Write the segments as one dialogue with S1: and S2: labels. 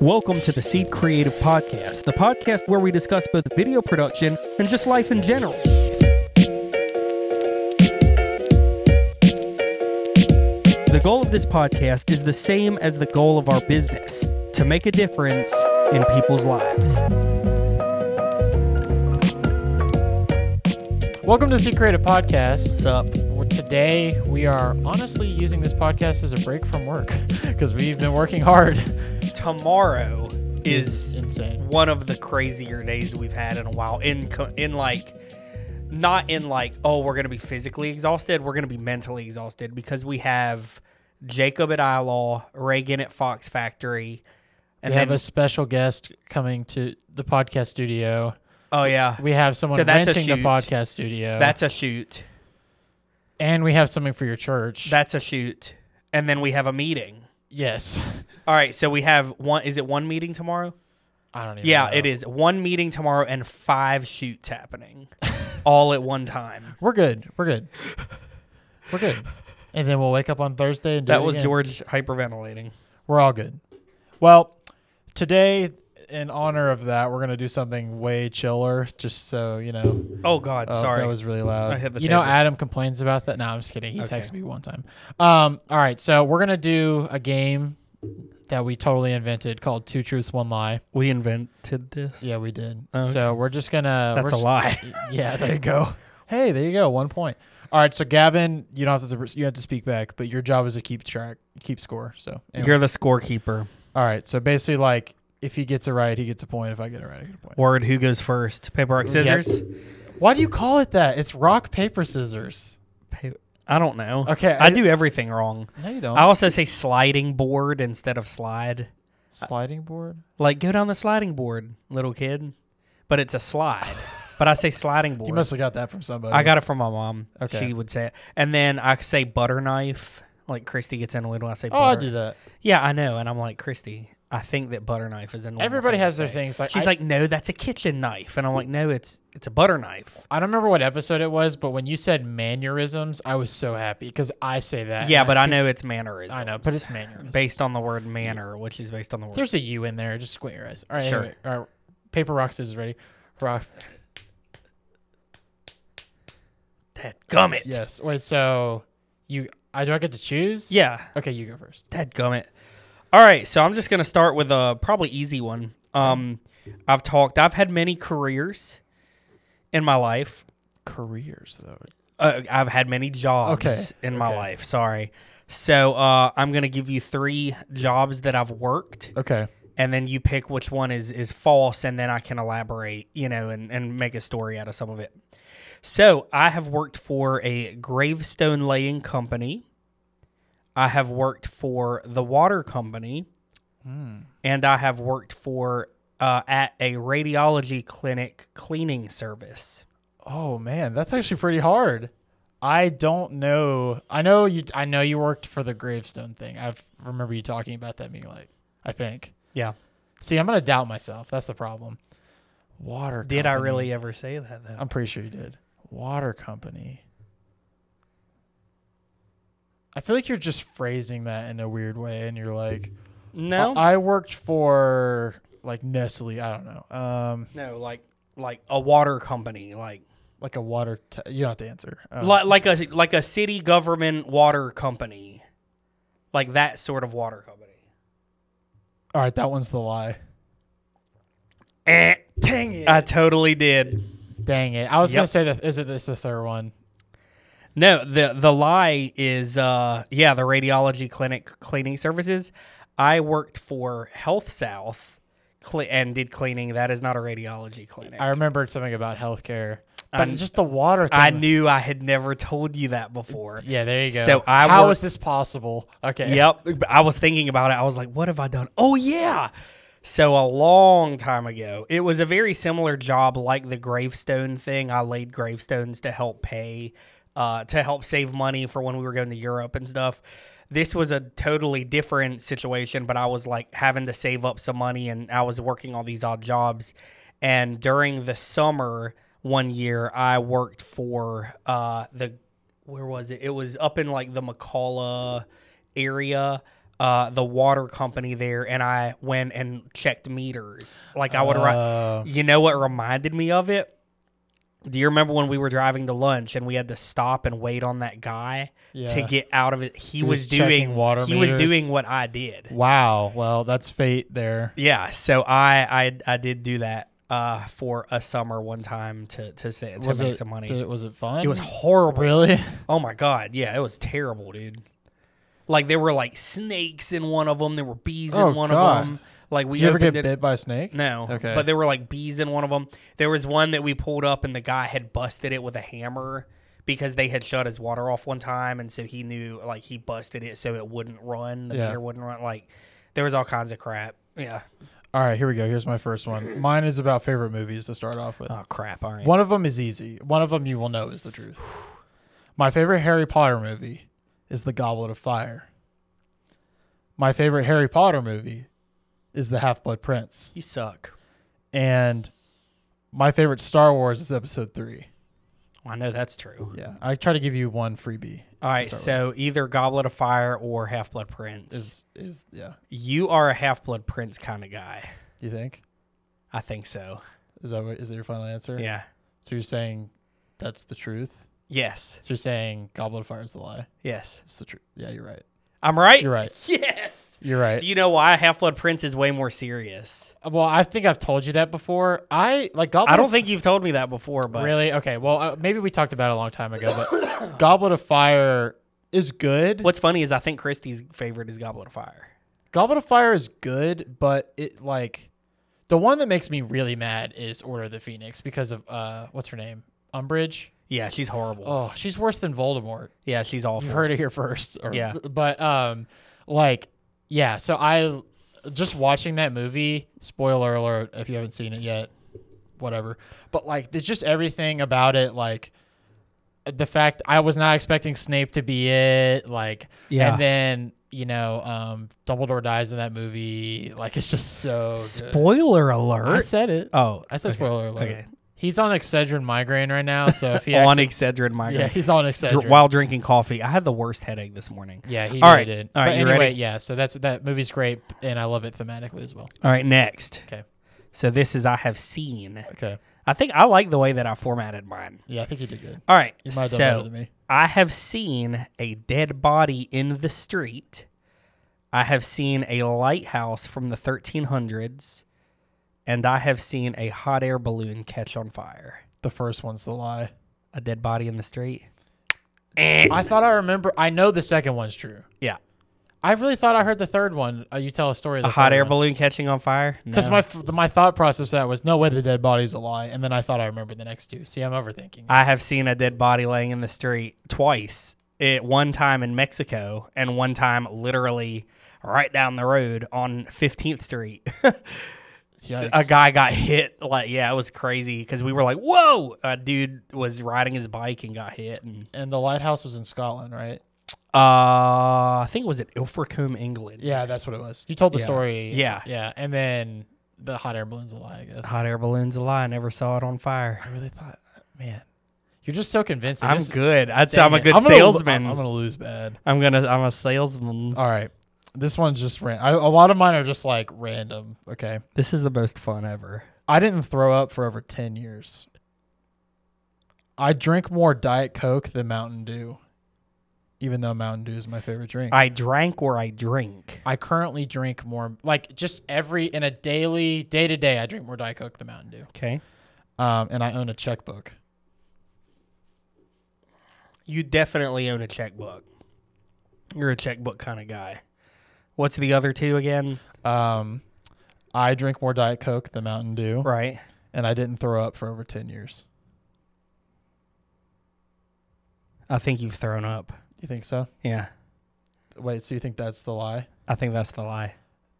S1: Welcome to the Seed Creative Podcast, the podcast where we discuss both video production and just life in general. The goal of this podcast is the same as the goal of our business to make a difference in people's lives.
S2: Welcome to the Seed Creative Podcast.
S1: What's up?
S2: We're- Today, we are honestly using this podcast as a break from work because we've been working hard.
S1: Tomorrow
S2: It's
S1: is
S2: insane.
S1: one of the crazier days we've had in a while in co- in like not in like oh we're gonna be physically exhausted we're gonna be mentally exhausted because we have jacob at ilaw reagan at fox factory and
S2: we
S1: then
S2: have a special guest coming to the podcast studio.
S1: oh yeah
S2: We have someone
S1: So that's a
S2: renting the
S1: shoot.
S2: podcast studio.
S1: that's a shoot
S2: and we have something for your church.
S1: that's a shoot and then we have a meeting
S2: yes.
S1: all right so we have one is it one meeting tomorrow
S2: I don't even
S1: yeah
S2: know.
S1: it is one meeting tomorrow and five shoots happening all at one time
S2: We're good. We're good. We're good. And then we'll wake up on Thursday and do
S1: that
S2: it
S1: was
S2: again.
S1: george hyperventilating
S2: We're all good. Well, today, in honor of that, we're gonna do something way chiller, just so you know.
S1: oh god
S2: Oh,
S1: sorry
S2: that was really loud.
S1: I hit the
S2: you know,
S1: table.
S2: Adam complains about that. No, I'm just kidding. He
S1: Okay.
S2: texted me one time. Um, all right, so we're gonna do a game that we totally invented called Two Truths, One Lie.
S1: We invented this.
S2: Yeah, we did.
S1: Oh, okay.
S2: So we're just gonna.
S1: That's a
S2: we're
S1: lie.
S2: s- Yeah, there you go. Hey, there you go. One point. All right, so Gavin, you don't have to you have to speak back, but your job is to keep track, keep score. So anyway.
S1: You're the scorekeeper.
S2: all right, so basically, like if he gets it right, he gets a point. If I get it right, I get a point.
S1: Word, who goes first? Paper, rock,
S2: Yep.
S1: scissors?
S2: Why do you call it that? It's rock paper scissors.
S1: Pa- I don't know.
S2: Okay, Oh.
S1: I, do everything wrong.
S2: No, you don't.
S1: I also say sliding board instead of slide.
S2: Sliding board.
S1: Like, go down the sliding board, little kid. But it's a slide. but I say sliding board.
S2: You must have got that from somebody.
S1: I got it from my mom.
S2: Okay.
S1: She would say it. And then I say butter knife. Like, Christy gets annoyed when I say
S2: Oh,
S1: butter.
S2: I do that.
S1: Yeah, I know. And I'm like, Christy, I think that butter knife is a normal
S2: Everybody
S1: thing to
S2: has their
S1: say."
S2: things. Like
S1: She's
S2: I,
S1: like, no, that's a kitchen knife. And I'm like, no, it's it's a butter knife.
S2: I don't remember what episode it was, but when you said mannerisms, I was so happy because I say that.
S1: Yeah,
S2: and
S1: but I know it's mannerism.
S2: Uh, I know, but it's mannerisms.
S1: based on the word manner, which is based on the word.
S2: There's a U in there. Just squint your eyes. All right.
S1: Sure.
S2: Anyway, all right. Paper rock scissors ready. Rock.
S1: That gummit.
S2: Yes. Wait. So you. I do. I get to choose.
S1: Yeah,
S2: Okay. You go first.
S1: that gummit. All right, so I'm just gonna start with a probably easy one. Um, I've talked. I've had many careers in my life.
S2: Careers though.
S1: Uh, I've had many jobs
S2: Okay.
S1: in my
S2: Okay.
S1: life. Sorry. So uh, I'm gonna give you three jobs that I've worked,
S2: Okay.
S1: and then you pick which one is is false, and then I can elaborate, you know, and and make a story out of some of it. So I have worked for a gravestone laying company. I have worked for the water company,
S2: Hmm.
S1: and I have worked for uh, at a radiology clinic cleaning service.
S2: Oh man, that's actually pretty hard. I don't know. I know you. I know you worked for the gravestone thing. I remember you talking about that. Being like, I think.
S1: Yeah.
S2: See, I'm gonna doubt myself. That's the problem. Water.
S1: Did I
S2: company. Um,
S1: really ever say that though?
S2: I'm pretty sure you did. Water company. I feel like you're just phrasing that in a weird way, and you're like,
S1: No.
S2: I, I worked for like Nestle. I don't know. Um,
S1: no, like like a water company, like
S2: like a water. T- you don't have to answer. Um,
S1: like, like a like a city government water company, like that sort of water company.
S2: all right, that one's the lie.
S1: Eh, dang it! I totally did.
S2: Dang it! I was gonna
S1: Yep.
S2: say that. Is it this the third one?
S1: No, the the lie is uh yeah the radiology clinic cleaning services. I worked for Health South cle and did cleaning. That is not a radiology clinic.
S2: I remembered something about healthcare, but
S1: I'm-
S2: just the water. Thing.
S1: Um, I knew I had never told you that before.
S2: Yeah, there you go.
S1: So I
S2: How
S1: work-
S2: is this possible? Okay.
S1: Yep. I was thinking about it. I was like, what have I done? Oh, yeah. So a long time ago, it was a very similar job like the gravestone thing. I laid gravestones to help pay, uh, to help save money for when we were going to Europe and stuff. This was a totally different situation, but I was like having to save up some money and I was working all these odd jobs. And during the summer one year, I worked for uh, the where was it? It was up in like the McCalla area. Uh, uh, the water company there, and I went and checked meters. Like I would, ri-
S2: Oh.
S1: you know, what reminded me of it. Do you remember when we were driving to lunch and we had to stop and wait on that guy to
S2: Yeah.
S1: get out of it? He, was,
S2: was
S1: doing
S2: checking water
S1: He was
S2: meters.
S1: doing what I did.
S2: Wow. Well, that's fate there.
S1: Yeah, so I I, I did do that uh, for a summer one time to to, sa- to
S2: Was
S1: make
S2: it,
S1: some money.
S2: did it- was it fun?
S1: it was horrible.
S2: really.
S1: Oh my god, yeah, it was terrible, dude. Like there were like snakes in one of them. There were bees
S2: Oh,
S1: in one
S2: God.
S1: of them. Like we
S2: Did you ever
S1: opened
S2: get
S1: it-
S2: bit by a snake?
S1: No,
S2: Okay.
S1: but there were like bees in one of them. There was one that we pulled up, and the guy had busted it with a hammer because they had shut his water off one time, and so he knew like he busted it so it wouldn't run. The
S2: Yeah.
S1: meter wouldn't run. Like there was all kinds of crap. Yeah.
S2: All right, here we go. Here's my first one. Mine is about favorite movies to start off with.
S1: Oh crap! All right.
S2: One of them is easy. One of them you will know is the truth. My favorite Harry Potter movie is The Goblet of Fire. My favorite Harry Potter movie is The Half Blood Prince.
S1: You suck.
S2: And my favorite Star Wars is Episode 3.
S1: I know that's true.
S2: Yeah, I try to give you one freebie.
S1: All right,
S2: start
S1: so either Goblet of Fire or Half Blood Prince.
S2: Is is yeah?
S1: you are a Half Blood Prince kind of guy.
S2: You think
S1: I think so.
S2: is that what, is that your final answer?
S1: Yeah.
S2: So you're saying that's the truth.
S1: Yes.
S2: So you're saying Goblet of Fire is the lie.
S1: Yes.
S2: It's the truth. Yeah, you're right.
S1: I'm right.
S2: You're right.
S1: Yes.
S2: You're right.
S1: Do you know why Half Blood Prince is way more serious?
S2: Well, I think I've told you that before. I like Goblet.
S1: I
S2: of
S1: don't think you've told me that before, but
S2: really. Okay, well, uh, maybe we talked about it a long time ago, but Goblet of Fire is good.
S1: what's funny is I think Christie's favorite is Goblet of Fire.
S2: Goblet of Fire is good, but it like the one that makes me really mad is Order of the Phoenix because of uh, what's her name, Umbridge.
S1: Yeah, she's horrible.
S2: Oh, she's worse than Voldemort.
S1: yeah, she's
S2: You
S1: awful.
S2: heard it here first. or-
S1: Yeah.
S2: But um, like, yeah. So I just watching that movie. Spoiler alert! If you haven't seen it yet, whatever. But like, there's just everything about it. Like, the fact I was not expecting Snape to be it. Like,
S1: Yeah.
S2: And then you know, um, Dumbledore dies in that movie. Like, it's just so. good.
S1: Spoiler
S2: I
S1: alert.
S2: said it.
S1: Oh,
S2: I said spoiler alert.
S1: okay.
S2: He's on Excedrin migraine right now, so if he
S1: on
S2: acci-
S1: Excedrin migraine.
S2: yeah, he's on
S1: Dr-
S2: Excedrin.
S1: while drinking coffee. I had the worst headache this morning.
S2: Yeah, he
S1: All
S2: really
S1: right.
S2: did.
S1: All right,
S2: but
S1: you
S2: anyway,
S1: ready?
S2: yeah, so that's that movie's great and I love it thematically as well.
S1: All right, next.
S2: Okay.
S1: So this is I have seen.
S2: Okay.
S1: I think I like the way that I formatted mine.
S2: Yeah, I think you did good.
S1: All right.
S2: You might have done better
S1: So
S2: than me.
S1: I have seen a dead body in the street. I have seen a lighthouse from the 1300s. And I have seen a hot air balloon catch on fire.
S2: The first one's the lie.
S1: A dead body in the street.
S2: I thought I remember I know the second one's true.
S1: Yeah.
S2: I really thought I heard the third one. Uh, you tell a story. of
S1: A
S2: The
S1: hot air balloon catching on fire?
S2: Because
S1: No.
S2: my f- my thought process for that was no way the dead body's a lie, and then I thought I remembered the next two. See, I'm overthinking.
S1: I have seen a dead body laying in the street twice. It one time in Mexico and one time literally right down the road on 15th Street.
S2: Yikes.
S1: a guy got hit like yeah, it was crazy cuz we were like, "Whoa, a dude was riding his bike and got hit." And
S2: and the lighthouse was in Scotland, right?
S1: uh I think it was at Ilfracombe, England.
S2: Yeah, that's what it was. You told the
S1: Yeah.
S2: story.
S1: Yeah.
S2: yeah, and then the hot air balloon's a lie. I guess.
S1: Hot air balloons a lie. I never saw it on fire.
S2: I really thought, man, you're just so convincing.
S1: I'm
S2: This-
S1: good. I'd say
S2: dang
S1: I'm a
S2: it.
S1: good
S2: gonna-
S1: salesman.
S2: I'm, gonna lose bad.
S1: I'm going to I'm a salesman.
S2: All right, this one's just ran. I, a lot of mine are just like random. Okay,
S1: This is the most fun ever.
S2: I didn't throw up for over ten years. I drink more Diet Coke than Mountain Dew, even though Mountain Dew is my favorite drink. I,
S1: I drank or I drink.
S2: currently drink more, like just every in a daily day to day, I drink more Diet Coke than Mountain Dew.
S1: Okay.
S2: Um, and I own a checkbook.
S1: You definitely own a checkbook. You're a checkbook kind of guy. What's the other two again?
S2: Um, I drink more Diet Coke than Mountain Dew.
S1: Right.
S2: and I didn't throw up for over 10 years.
S1: I think you've thrown up.
S2: You think so?
S1: Yeah.
S2: Wait, so you think that's the lie?
S1: I think that's the lie.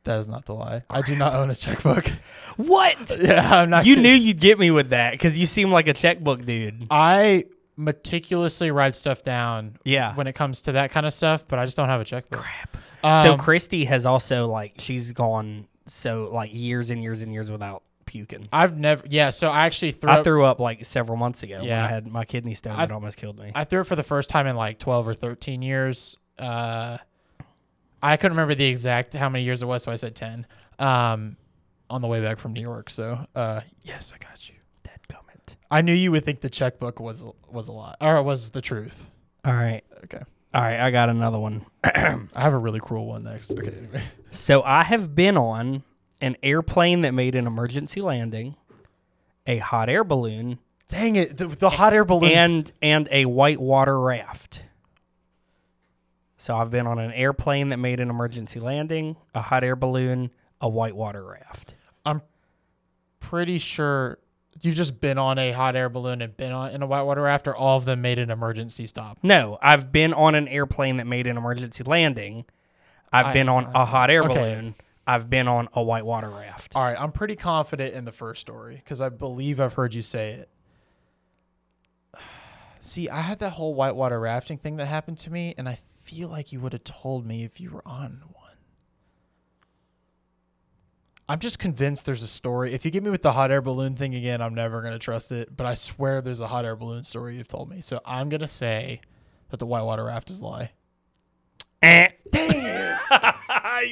S2: That is not the lie. I do not own a checkbook.
S1: What?
S2: yeah, I'm not
S1: You
S2: kidding.
S1: knew you'd get me with that because you seem like a checkbook dude.
S2: I meticulously write stuff down
S1: Yeah.
S2: when it comes to that kind of stuff, but I just don't have a checkbook.
S1: Crap.
S2: Um,
S1: so Christy has also like she's gone so like years and years and years without puking.
S2: I've never yeah, so I actually threw
S1: I
S2: up-
S1: threw up like several months ago when
S2: Yeah.
S1: I had my kidney stone that almost killed me.
S2: I threw it for the first time in like 12 or 13 years. Uh, I couldn't remember the exact how many years it was, so I said ten. Um, on the way back from New York. So uh, yes, I got you.
S1: That comment.
S2: I knew you would think the checkbook was was a lot, or was the truth.
S1: All right.
S2: Okay,
S1: All right. I got another one.
S2: I have a really cruel one next. Okay, anyway.
S1: So I have been on an airplane that made an emergency landing, a hot air balloon,
S2: Dang it! The, the hot air balloon.
S1: and and a whitewater raft. So I've been on an airplane that made an emergency landing, a hot air balloon, a whitewater raft.
S2: I'm pretty sure you've just been on a hot air balloon and been on in a whitewater raft, or all of them made an emergency stop.
S1: No, I've been on an airplane that made an emergency landing. I've
S2: I-
S1: been on a hot air
S2: okay.
S1: balloon. I've been on a whitewater raft.
S2: All right, I'm pretty confident in the first story because I believe I've heard you say it. See, I had that whole whitewater rafting thing that happened to me, and I feel like you would have told me if you were on one. I'm just convinced there's a story. If you get me with the hot air balloon thing again, I'm never going to trust it, but I swear there's a hot air balloon story you've told me. So I'm going to say that the whitewater raft is a lie.
S1: Eh.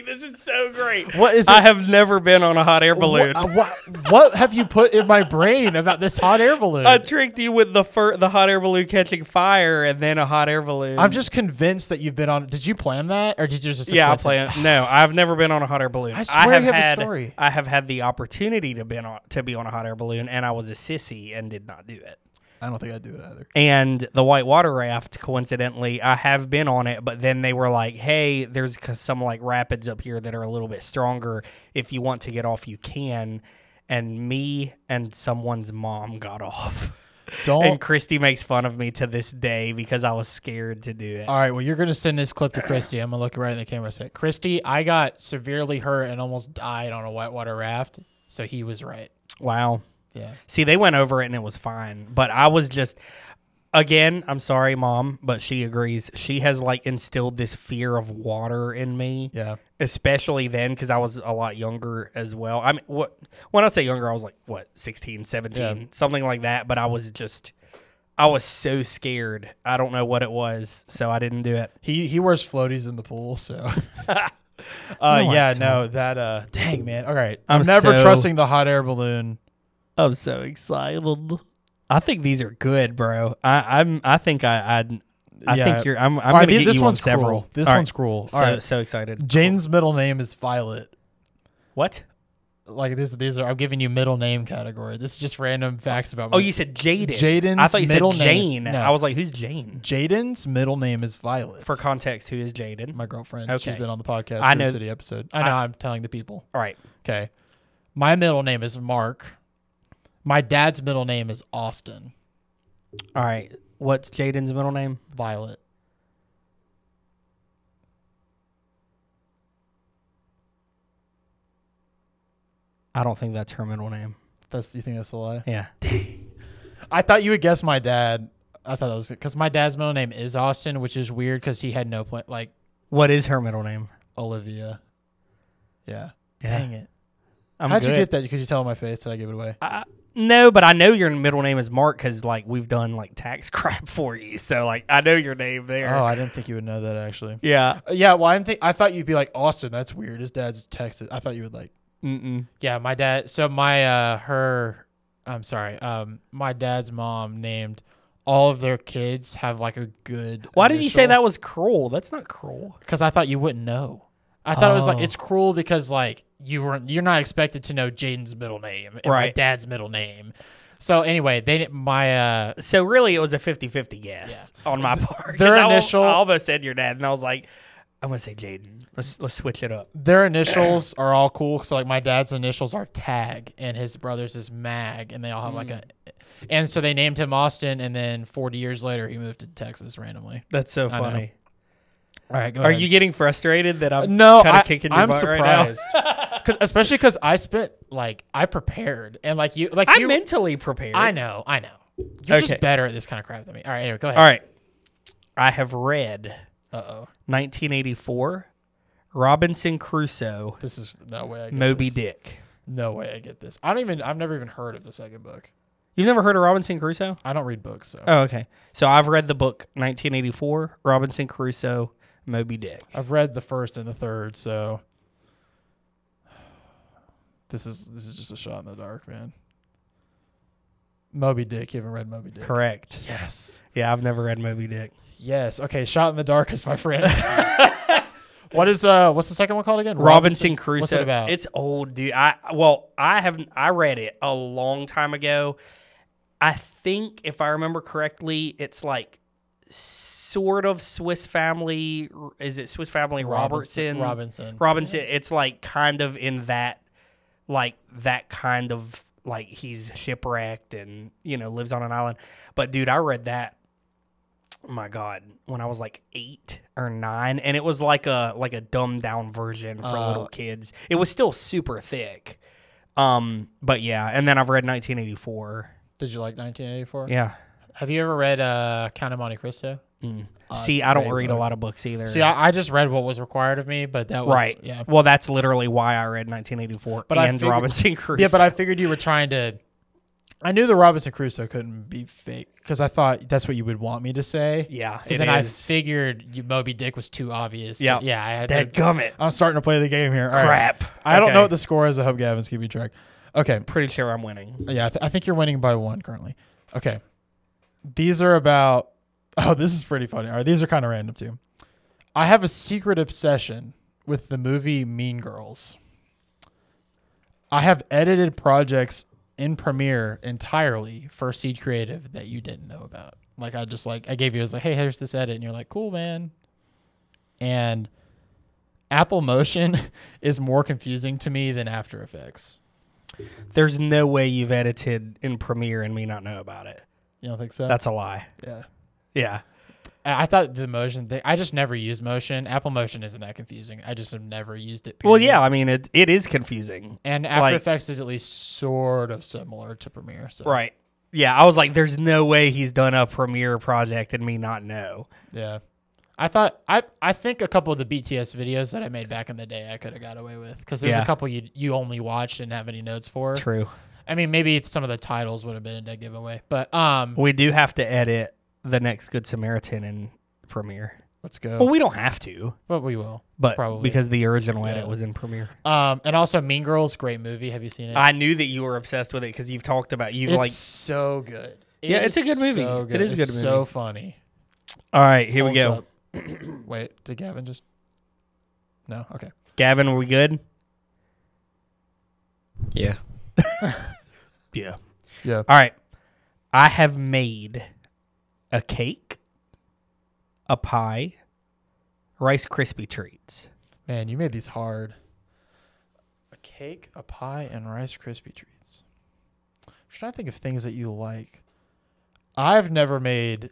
S1: this is so great.
S2: What is
S1: I have never been on a hot air balloon.
S2: What, uh, what, what have you put in my brain about this hot air balloon?
S1: I tricked you with the fir- the hot air balloon catching fire and then a hot air balloon.
S2: I'm just convinced that you've been on. Did you plan that, or did you just?
S1: yeah, I
S2: plan
S1: plan. No, I've never been on a hot air balloon.
S2: I swear you have a
S1: had,
S2: story.
S1: I have had the opportunity to been on to be on a hot air balloon, and I was a sissy and did not do it.
S2: I don't think I'd do it either.
S1: And the white water raft, coincidentally, I have been on it, but then they were like, "Hey, there's c- some like rapids up here that are a little bit stronger. If you want to get off, you can." And me and someone's mom got off.
S2: Don't.
S1: And Christy makes fun of me to this day because I was scared to do it.
S2: all right. Well, you're gonna send this clip to Christy. I'm gonna look right in the camera. and Say, Christy, I got severely hurt and almost died on a whitewater raft. So he was right.
S1: Wow.
S2: Yeah.
S1: See, they went over it and it was fine. But I was just, again, I'm sorry, mom, but she agrees. She has like instilled this fear of water in me,
S2: Yeah.
S1: especially then because I was a lot younger as well. I mean, what, when I say younger, I was like, what, 16, 17,
S2: Yeah.
S1: something like that. But I was just, I was so scared. I don't know what it was. So I didn't do it.
S2: He he wears floaties in the pool. So. uh,
S1: No, I
S2: yeah. No. That. Uh. Dang man. All right.
S1: I'm
S2: I'm, never
S1: so-
S2: trusting the hot air balloon.
S1: I'm so excited. I think these are good, bro. I, I'm. I think I. I'd, I
S2: Yeah.
S1: think you're. I'm. I'm
S2: All right,
S1: gonna get
S2: this
S1: you
S2: one's
S1: on several.
S2: Cruel. This
S1: All right,
S2: one's cruel.
S1: So,
S2: All right.
S1: so excited.
S2: Jane's middle name is Violet.
S1: What?
S2: like this these are I'm giving you middle name category. This is just random facts about
S1: Oh,
S2: me.
S1: you said Jaden.
S2: Jaden's
S1: I thought you
S2: middle
S1: said Jane.
S2: name- no.
S1: I was like, who's Jane?
S2: Jaden's middle name is Violet.
S1: For context, who is Jaden?
S2: my girlfriend. She's
S1: Okay.
S2: been on the podcast
S1: I
S2: I
S1: know-
S2: know, City episode. I know I, am telling the people.
S1: All right.
S2: Okay. My middle name is Mark. My dad's middle name is Austin.
S1: All right. What's Jaden's middle name?
S2: Violet.
S1: I don't think that's her middle name.
S2: That's you think that's a lie?
S1: Yeah.
S2: I thought you would guess my dad. I thought that was because my dad's middle name is Austin, which is weird because he had no plan like
S1: What is her middle name?
S2: Olivia. Yeah.
S1: Yeah.
S2: Dang it.
S1: I'm
S2: How'd you
S1: good.
S2: get that? Because you tell my face. Did I give it away?
S1: I, no, but I know your middle name is Mark because like we've done like tax crap for you, so like I know your name there.
S2: Oh, I didn't think you would know that actually.
S1: Yeah.
S2: Yeah, well, I didn't think I thought you'd be like Austin. That's weird. His dad's Texas. I thought you would like.
S1: Mm-mm.
S2: Yeah, my dad. So my uh her, I'm sorry. Um, my dad's mom named all of their kids have like a good.
S1: Why did you say that was cruel? That's not cruel.
S2: Because I thought you wouldn't know. I thought it was like
S1: Oh.
S2: it's cruel because like you weren't you're not expected to know Jaden's middle name and my
S1: Right.
S2: dad's middle name. So anyway, they didn't- my uh
S1: So really, it was a 50-50 guess on my part. 'Cause
S2: Their
S1: I al-
S2: initial-
S1: I almost said your dad, and I was like, I'm gonna say Jaden. Let's let's switch it up.
S2: their initials are all cool. So like my dad's initials are Tag, and his brother's is Mag, and they all have like a.
S1: Hmm.
S2: And so they named him Austin, and then 40 years later he moved to Texas randomly.
S1: That's so
S2: know.
S1: funny.
S2: All right, go
S1: Are
S2: ahead.
S1: you getting frustrated that I'm
S2: No,
S1: kind
S2: I,
S1: of kicking your
S2: I'm
S1: butt right
S2: surprised, 'Cause- especially because I spent like I prepared and like you like
S1: now? I'm
S2: you.
S1: mentally prepared.
S2: I know, I know. You're
S1: Okay.
S2: just better at this kind of crap than me. All right, anyway, go ahead.
S1: All right. I have read
S2: Uh oh,
S1: 1984, Robinson Crusoe,
S2: this is no way. I get
S1: Moby
S2: this.
S1: Dick.
S2: No way I get this. I don't even. I've never even heard of the second book.
S1: You've never heard of Robinson Crusoe?
S2: I don't read books, so
S1: Oh, okay. So I've read the book 1984, Robinson Crusoe, Moby Dick.
S2: I've read the first and the third, so this is this is just a shot in the dark, man. Moby Dick. You haven't read Moby Dick?
S1: Correct.
S2: Yes.
S1: Yeah, I've never read Moby Dick.
S2: Yes. Okay. Shot in the dark is my friend. what is uh? What's the second one called again?
S1: Robinson, Crusoe.
S2: What's it about?
S1: It's old, dude. I well, I have I read it a long time ago. I think if I remember correctly, it's like sort of Swiss Family. Is it Swiss Family Robertson?
S2: Robinson.
S1: Robinson. It's like kind of in that, like that kind of like he's shipwrecked and you know lives on an island. But dude, I read that. My God, when I was like eight or nine, and it was like a like a dumbed down version for
S2: Oh.
S1: little kids. It was still super thick. Um, but yeah, and then I've read 1984.
S2: Did you like 1984?
S1: Yeah.
S2: Have you ever read uh Count of Monte Cristo?
S1: Mm.
S2: Uh,
S1: See, I don't
S2: great
S1: read a
S2: book.
S1: lot of books either.
S2: See, I, I just read what was required of me, but that was
S1: right.
S2: Yeah.
S1: Well, that's literally why I read 1984
S2: But I
S1: and
S2: figured-
S1: Robinson Crusoe.
S2: Yeah, but I figured you were trying to. I knew the Robinson Crusoe couldn't be fake because I thought that's what you would want me to say.
S1: Yeah,
S2: So
S1: it
S2: then I
S1: is.
S2: figured you, Moby Dick was too obvious.
S1: Yeah.
S2: Yeah. I had to-
S1: Dead gummit.
S2: I'm starting to play the game here. All right.
S1: Crap.
S2: I don't
S1: Okay.
S2: know what the score is. I hope Gavin's keeping track. Okay.
S1: Pretty sure I'm winning.
S2: Yeah, I, th- I think you're winning by one currently. Okay. These are about. Oh, this is pretty funny. All right, these are kind of random too. I have a secret obsession with the movie Mean Girls. I have edited projects in Premiere entirely for Seed Creative that you didn't know about. Like I just like I gave you I was like, hey, here's this edit, and you're like, cool, man. And Apple Motion is more confusing to me than After Effects.
S1: There's no way you've edited in Premiere and me not know about it.
S2: You don't think so?
S1: That's a lie.
S2: yeah.
S1: Yeah.
S2: I I thought the motion thing. I just never use motion. Apple Motion isn't that confusing. I just have never used it.
S1: Well,
S2: period.
S1: yeah. I mean, it, it is confusing.
S2: And After
S1: like-
S2: Effects is at least sort of similar to Premiere. So
S1: Right. Yeah. I was like, there's no way he's done a Premiere project and me not know.
S2: Yeah. I thought I I think a couple of the BTS videos that I made back in the day I could have got away with because there's
S1: Yeah.
S2: a couple you you only watched and have any notes for.
S1: True.
S2: I mean, maybe some of the titles would have been a dead giveaway, but um,
S1: We do have to edit the next Good Samaritan in Premiere.
S2: let's go.
S1: Well, we don't have to,
S2: but we will.
S1: but
S2: Probably.
S1: because the original edit
S2: Yeah.
S1: was in Premiere.
S2: Um, and also Mean Girls, great movie. Have you seen it?
S1: I knew that you were obsessed with it because you've talked about you've
S2: it's
S1: like.
S2: so good. It
S1: Yeah, it's a
S2: is
S1: good movie.
S2: so
S1: It is a good
S2: It's So funny.
S1: All right, here we go.
S2: Holds up. Wait, did Gavin just? No. Okay.
S1: Gavin, are we good?
S3: Yeah.
S1: Yeah.
S2: Yeah.
S1: All right. I have made a cake, a pie, Rice Krispie treats.
S2: Man, you made these hard. A cake, a pie, and Rice Krispie treats. I'm just trying to think of things that you like. I've never made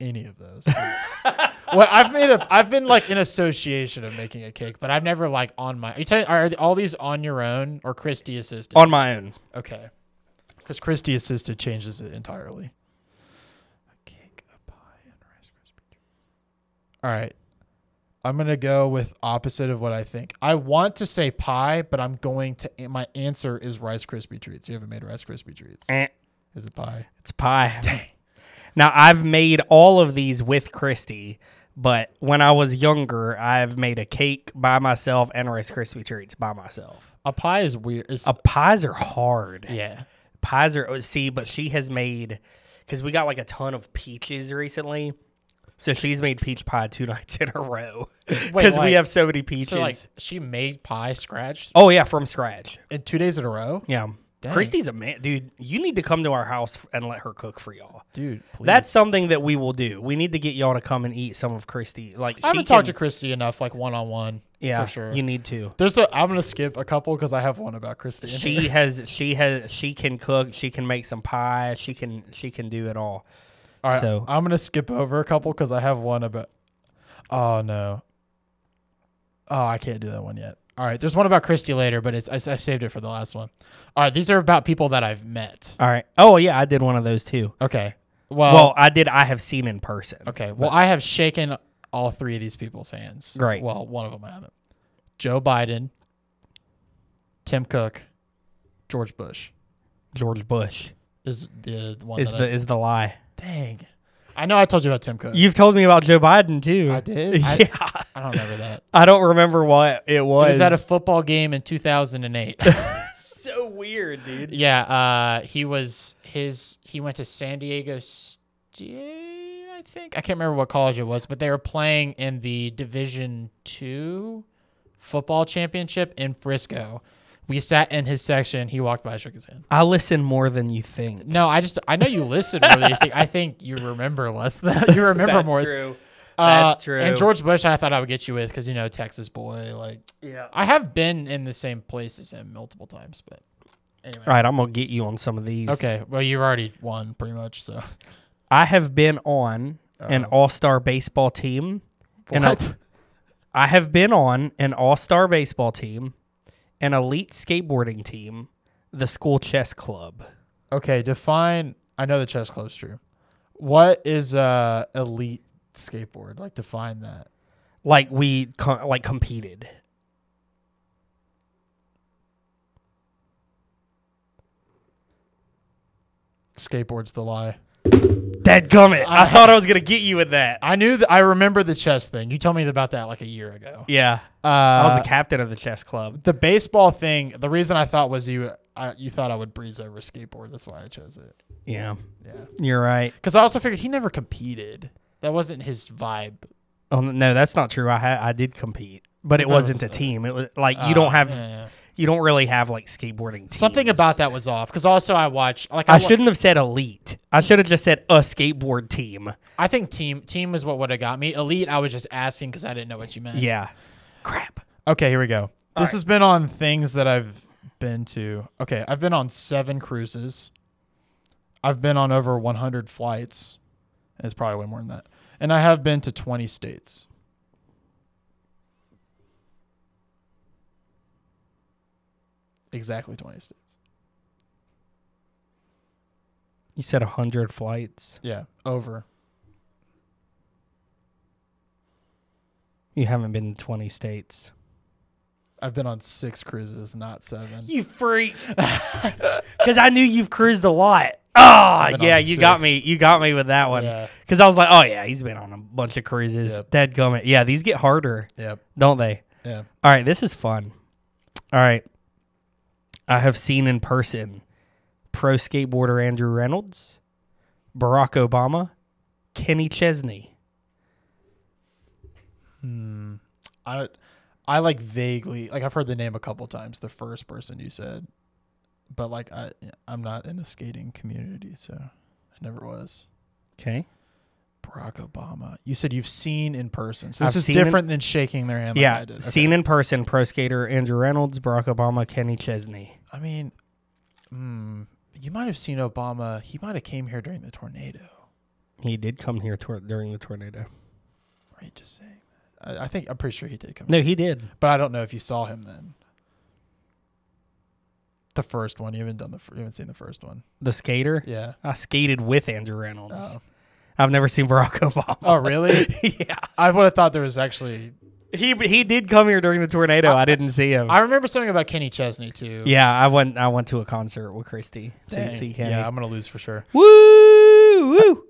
S2: any of those. well, I've made a. I've been like in association of making a cake, but I've never like on my. Are, you telling, are all these on your own or Christie assisted?
S1: On my own.
S2: Okay. Because Christie assisted changes it entirely. A cake, a pie, and Rice Krispie treats. All right. I'm going to go with opposite of what I think. I want to say pie, but I'm going to. My answer is Rice Krispie treats. You haven't made Rice Krispie treats.
S1: Eh,
S2: Is it pie?
S1: It's pie. Dang. Now, I've made all of these with Christy, but when I was younger, I've made a cake by myself and Rice Krispie treats by myself.
S2: A pie is weird. It's,
S1: Uh, pies are hard.
S2: yeah.
S1: pies are oh, see, but she has made because we got like a ton of peaches recently. So she's made peach pie two nights in a row because we
S2: like-
S1: have so many peaches.
S2: So, like, she made pie scratch
S1: oh yeah, from scratch.
S2: in two days in a row?
S1: Yeah,
S2: Dang.
S1: Christy's a man, dude. You need to come to our house f- and let her cook for y'all.
S2: Dude, please.
S1: That's something that we will do. We need to get y'all to come and eat some of Christy. Like
S2: I
S1: she
S2: haven't talked to
S1: can-
S2: Christy enough, like one on one.
S1: yeah,
S2: For sure.
S1: you need to.
S2: There's a. I'm gonna skip a couple because I have one about Christy. in here.
S1: She has, she has, she can cook. She can make some pie. She can, she can do it all.
S2: All right,
S1: So-
S2: I'm gonna skip over a couple because I have one about. Oh no. Oh, I can't do that one yet. All right, there's one about Christy later, but it's I, I saved it for the last one. All right, these are about people that I've met.
S1: All right. Oh yeah, I did one of those too.
S2: Okay. Well.
S1: Well, I did. I have seen in person.
S2: okay. Well, I have shaken all three of these people's hands.
S1: Great.
S2: Well, one of them I haven't. Joe Biden, Tim Cook, George Bush
S1: George Bush
S2: is the one
S1: is
S2: that I-
S1: the is the lie.
S2: Dang. I know I told you about Tim Cook.
S1: You've told me about Joe Biden too.
S2: I did? I-
S1: Yeah.
S2: I don't remember that.
S1: I, don't remember what it was.
S2: It was at a football game in 2008.
S1: so weird, dude.
S2: yeah, uh, he was his. He went to San Diego State, I think. I can't remember what college it was, but they were playing in the Division Two football championship in Frisco. We sat in his section. He walked by, shook his hand.
S1: I listen more than you think.
S2: No, I just I know you listen more than you think. I think you remember less than you remember more.
S1: true.
S2: Uh,
S1: That's true.
S2: And George Bush, I thought I would get you with because you know Texas boy. Like
S1: Yeah.
S2: I have been in the same place as him multiple times, but anyway.
S1: All right, I'm gonna get you on some of these.
S2: Okay, well you've already won pretty much. So
S1: I have been on an all-star baseball team. And a-
S2: What?
S1: I have been on an all-star baseball team, an elite skateboarding team, the school chess club.
S2: Okay, define. I know the chess club's true. What is uh elite skateboard? Like define that.
S1: Like we co- like competed.
S2: Skateboard's the lie.
S1: That gummit. I, thought I was gonna get you with that.
S2: I knew. Th- I remember the chess thing. You told me about that like a year ago.
S1: yeah.
S2: Uh,
S1: I was the captain of the chess club.
S2: the baseball thing. The reason I thought was you. I, you thought I would breeze over skateboard. That's why I chose it.
S1: Yeah.
S2: Yeah.
S1: You're right.
S2: Because I also figured he never competed. That wasn't his vibe.
S1: Oh no, that's not true. I ha- I did compete, but it
S2: That
S1: wasn't a
S2: was-
S1: team. It was like you
S2: Uh,
S1: don't have
S2: yeah, yeah.
S1: you don't really have like skateboarding. Teams.
S2: something about that was off. Because also I watch like I,
S1: I
S2: wa-
S1: shouldn't have said elite. I should have just said a skateboard team.
S2: I think team team is what would have got me. Elite, I was just asking because I didn't know what you meant.
S1: Yeah. Crap.
S2: Okay, here we go. this has been on things that I've been to. Okay, I've been on seven cruises. I've been on over 100 flights. It's probably way more than that. And I have been to 20 states. Exactly 20 states.
S1: You said hundred flights.
S2: Yeah, over.
S1: You haven't been in twenty states.
S2: I've been on six cruises, not seven.
S1: You freak. Because I knew you've cruised a lot. Oh
S2: been on
S1: yeah, you got
S2: six.
S1: me. You got me with that one.
S2: Yeah.
S1: Because I was like, oh yeah, he's been on a bunch of cruises.
S2: Yep.
S1: Dead gummit. Yeah, these get harder,
S2: Yep.
S1: don't they?
S2: Yeah.
S1: All right, this is fun. All right. I have seen in person pro skateboarder Andrew Reynolds, Barack Obama, Kenny Chesney.
S2: I I like vaguely like I've heard the name a couple times. The first person you said, but like I I'm not in the skating community, so I never was.
S1: Okay.
S2: Barack Obama. You said you've seen in person, so this
S1: I've
S2: is
S1: seen in-
S2: different than shaking their hand.
S1: yeah.
S2: like I did. Okay.
S1: Seen in person pro skater Andrew Reynolds, Barack Obama, Kenny Chesney.
S2: I mean, hmm, you might have seen Obama. He might have came here during the tornado.
S1: He did come here tor- during the tornado.
S2: Right, just saying. That. I, I think I'm pretty sure he did come,
S1: No, he did.
S2: but I don't know if you saw him then. The first one, you haven't done the, fir- you haven't seen the first one.
S1: The skater.
S2: Yeah.
S1: I skated with Andrew Reynolds.
S2: Oh.
S1: I've never seen Barack Obama.
S2: Oh, really?
S1: yeah.
S2: I would have thought there was actually.
S1: He he did come here during the tornado. I, didn't see him.
S2: I remember something about Kenny Chesney too.
S1: Yeah, I went. I went to a concert with Christy
S2: Dang.
S1: to see Kenny.
S2: Yeah, I'm gonna lose for sure.
S1: Woo! Woo!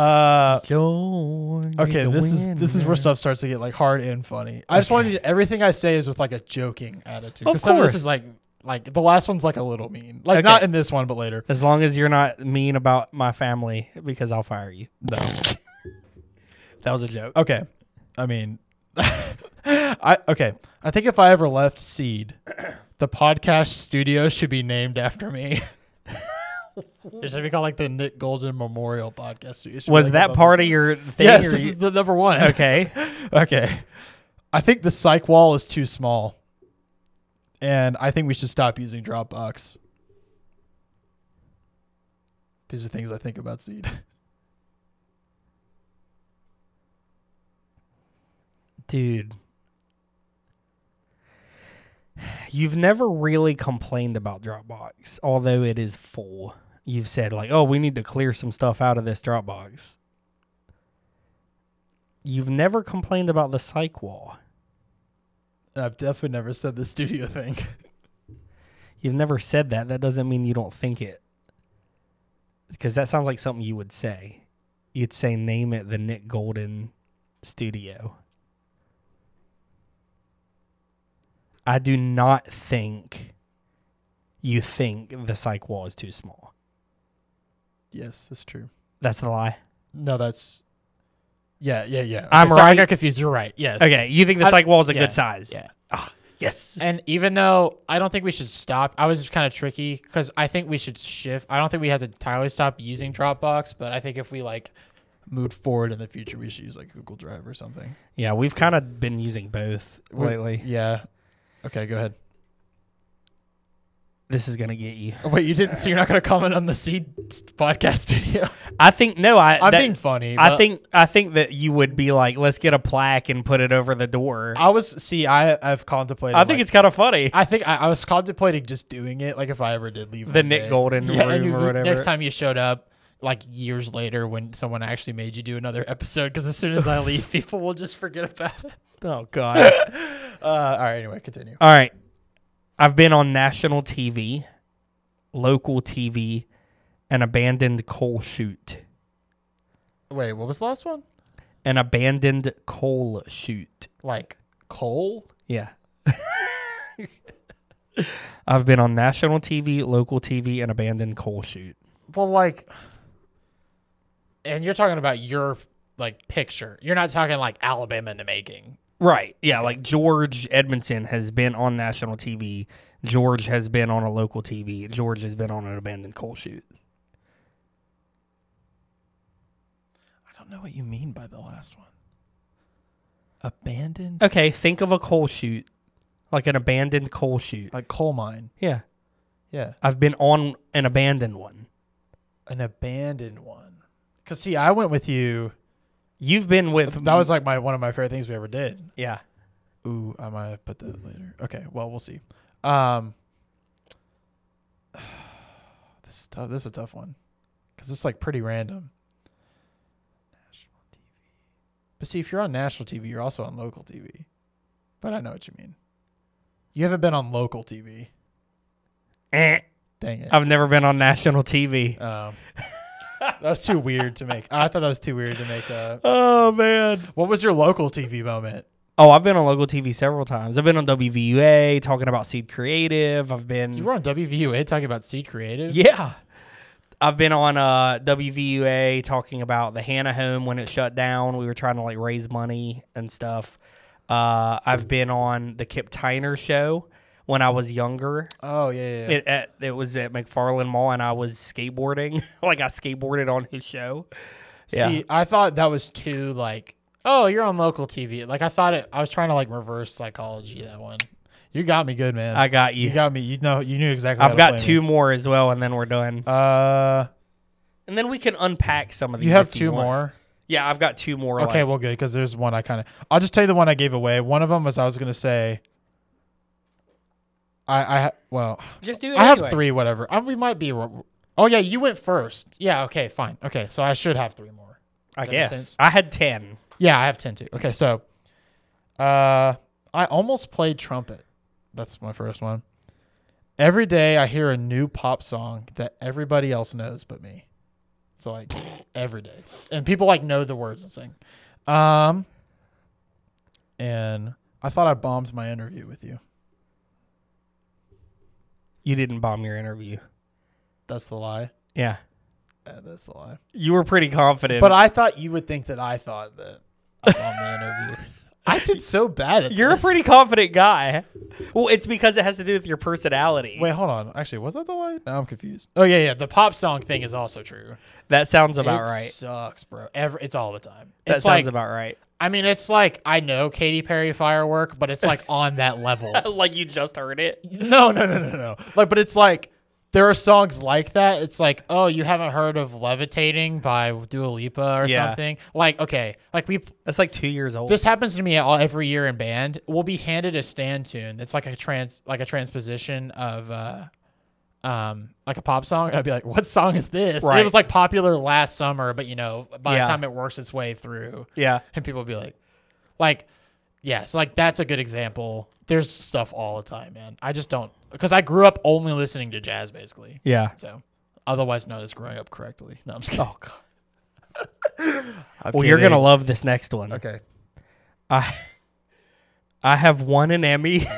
S2: Uh,
S1: Join
S2: okay,
S1: the
S2: this is this is where
S1: winner.
S2: stuff starts to get like hard and funny. I just wanted to- everything I say is with like a joking attitude. 'cause
S1: Of
S2: some of this
S1: course.
S2: is like like the last one's like a little mean. Like
S1: Okay.
S2: not in this one, but later.
S1: As long as you're not mean about my family, because I'll fire you.
S2: No.
S1: That was a joke.
S2: okay. I mean, I okay. I think if I ever left Seed, the podcast studio should be named after me. It should be called like the Nick Golden Memorial Podcast Studio. It should be,
S1: Was
S2: like,
S1: that
S2: above-
S1: part of your thing?
S2: Yes,
S1: or
S2: this
S1: you-
S2: is the number one.
S1: okay.
S2: okay. I think the psych wall is too small. And I think we should stop using Dropbox. These are things I think about Seed.
S1: Dude. You've never really complained about Dropbox, although it is full. You've said, like, oh, we need to clear some stuff out of this Dropbox. You've never complained about the psych wall.
S2: And I've definitely never said the studio thing.
S1: You've never said that. That doesn't mean you don't think it. Because that sounds like something you would say. you'd say name it the Nick Golden Studio. I do not think you think the psych wall is too small.
S2: Yes, that's true.
S1: That's a lie.
S2: No, that's. Yeah, yeah, yeah. Okay,
S1: I'm
S2: sorry, I
S1: right.
S2: got confused. You're right. Yes.
S1: Okay, you think the
S2: I-
S1: psych wall is a
S2: yeah,
S1: good size?
S2: yeah.
S1: Ah, yes.
S2: And even though I don't think we should stop, I was kind of tricky because I think we should shift. I don't think we have to entirely stop using Dropbox, but I think if we like moved forward in the future, we should use like Google Drive or something.
S1: Yeah, we've kind of been using both
S2: We-
S1: lately.
S2: Yeah. Okay, go ahead.
S1: This is gonna get you.
S2: Oh, Wait, you didn't? So you're not gonna comment on the Seed podcast studio?
S1: I think no. I
S2: I'm
S1: that-
S2: being funny.
S1: I
S2: but
S1: think I think that you would be like, let's get a plaque and put it over the door. I,
S2: I was. See, I I've contemplated.
S1: think
S2: like-
S1: it's kind of funny.
S2: I think I, I was contemplating just doing it, like if I ever did leave
S1: The
S2: one
S1: Nick
S2: day.
S1: Golden
S2: and
S1: room
S2: you-
S1: or
S2: you-
S1: whatever.
S2: Next time you showed up, like years later, when someone actually made you do another episode, because as soon as I leave, people will just forget about it.
S1: oh god.
S2: Uh, all right, anyway, continue.
S1: All right. I've been on national TV, local TV, an abandoned coal chute.
S2: Wait, what was the last one?
S1: An abandoned coal chute.
S2: Like coal?
S1: Yeah. I've been on national TV, local TV, and abandoned coal chute.
S2: Well, like, and you're talking about your like picture. You're not talking like Alabama in the making.
S1: Right. Yeah. Like George Edmondson has been on national TV. George has been on a local TV. George has been on an abandoned coal chute.
S2: I don't know what you mean by the last one. Abandoned,
S1: Okay. Think of a coal chute, like an abandoned coal chute.
S2: like coal mine.
S1: Yeah.
S2: Yeah.
S1: I've been on an abandoned one.
S2: an abandoned one. Cause see, I went with you.
S1: You've been with.
S2: That was like my one of my favorite things we ever did.
S1: Yeah.
S2: Ooh, I might have put that later. Okay, well we'll see. Um, this is tough. This is a tough one, cause it's like pretty random. National TV, but see, if you're on national TV, you're also on local TV. But I know what you mean. You haven't been on local TV.
S1: Eh,
S2: Dang it.
S1: I've never been on national TV.
S2: Um, that was too weird to make. I thought that was too weird to make up.
S1: Oh man.
S2: What was your local TV moment?
S1: Oh, I've been on local TV several times. I've been on WVUA talking about Seed Creative. I've been.
S2: You were on WVUA talking about Seed Creative.
S1: Yeah. I've been on uh, WVUA talking about the Hannah home when it shut down. We were trying to like raise money and stuff. Uh, I've been on the Kip Tyner show when I was younger.
S2: Oh yeah, yeah. yeah.
S1: It, at, it was at McFarland Mall and I was skateboarding. like I skateboarded on his show. yeah.
S2: See, I thought that was too like, oh, you're on local TV. Like I thought it. I was trying to like reverse psychology that one. You got me good, man.
S1: I got
S2: you
S1: you.
S2: got me. You know, you knew exactly. how
S1: I've
S2: to
S1: got
S2: play
S1: two
S2: me.
S1: more as well, and then we're done.
S2: Uh,
S1: And then we can unpack some of these.
S2: you have
S1: if
S2: two
S1: want.
S2: more.
S1: Yeah, I've got two more.
S2: Okay,
S1: like-
S2: well, good because there's one I kind of. I'll just tell you the one I gave away. One of them was I was gonna say. I I ha- well
S1: just do it.
S2: I have
S1: anyway.
S2: three. Whatever. I, we might be. Oh yeah, you went first. Yeah. Okay. Fine. Okay. So I should have three more.
S1: I
S2: Does that make
S1: guess
S2: sense?
S1: I had ten.
S2: Yeah, I have 10 too. Okay, so uh I almost played trumpet. That's my first one. Every day I hear a new pop song that everybody else knows but me. So like every day. And people like know the words and sing. Um and I thought I bombed my interview with you.
S1: You didn't bomb your interview.
S2: That's the lie.
S1: Yeah,
S2: Uh, that's the lie.
S1: you were pretty confident.
S2: But I thought you would think that I thought that I bombed the interview. I did so bad at
S1: you're a
S2: this.
S1: pretty confident guy. Well, it's because it has to do with your personality.
S2: Wait, hold on. Actually, was that the lie? Now I'm confused. Oh yeah, yeah. The pop song thing is also true.
S1: that sounds about
S2: it
S1: right.
S2: Sucks, bro. Every, it's all the time.
S1: That
S2: it's
S1: sounds
S2: like,
S1: about right.
S2: I mean, it's like I know Katy Perry firework, but it's like on that level.
S1: like you just heard it.
S2: No, no, no, no, no. Like, but it's like there are songs like that. It's like, oh, you haven't heard of Levitating by Dua Lipa or
S1: Yeah.
S2: something. Like, okay, like we
S1: That's like two years old.
S2: this happens to me all, every year in band. We'll be handed a stand tune that's like a trans like a transposition of uh um like a pop song and I'd be like, What song is this? And
S1: Right.
S2: it was like popular last summer, but you know, by
S1: Yeah.
S2: the time it works its way through
S1: yeah.
S2: and people would be like like yeah, so like that's a good example. There's stuff all the time, man. I just don't because I grew up only listening to jazz basically.
S1: Yeah.
S2: So otherwise known as growing up correctly. No, I'm just kidding.
S1: Oh god.
S2: I'm
S1: Well, you're gonna
S2: kidding.
S1: love this next one.
S2: Okay.
S1: I I have won an Emmy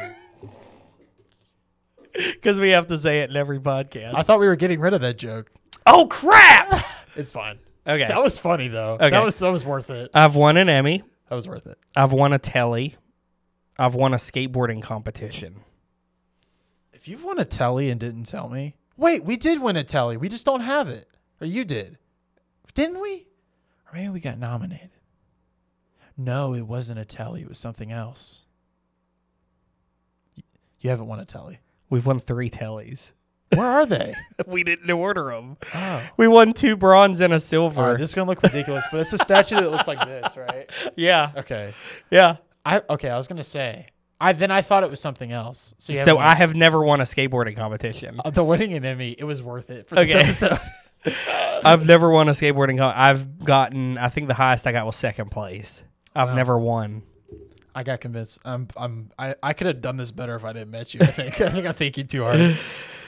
S1: because we have to say it in every podcast.
S2: I thought we were getting rid of that joke.
S1: oh crap!
S2: It's fine.
S1: Okay,
S2: That was funny though.
S1: Okay.
S2: That was that was worth it.
S1: I've won an Emmy.
S2: That was worth it.
S1: I've won a telly. I've won a skateboarding competition.
S2: If you've won a telly and didn't tell me, wait, we did win a telly. We just don't have it, or you did, didn't we? Or maybe we got nominated. No, it wasn't a telly. It was something else. You- You haven't won a telly.
S1: We've won three tellies.
S2: Where are they?
S1: We didn't order them.
S2: Oh.
S1: We won two bronze and a
S2: All
S1: silver.
S2: right, this is gonna look ridiculous, but it's a statue that looks like this, right?
S1: yeah,
S2: Okay.
S1: yeah.
S2: I okay. I was gonna say. I then I thought it was something else. So you
S1: So
S2: haven't won-
S1: I have never won a skateboarding competition.
S2: Uh, the winning an Emmy, it was worth it for this
S1: Okay.
S2: episode.
S1: I've never won a skateboarding. Com- I've gotten. I think the highest I got was second place. I've never won.
S2: I got convinced. I'm. I'm. I, I could have done this better if I didn't met you. I think. I think I'm thinking too hard.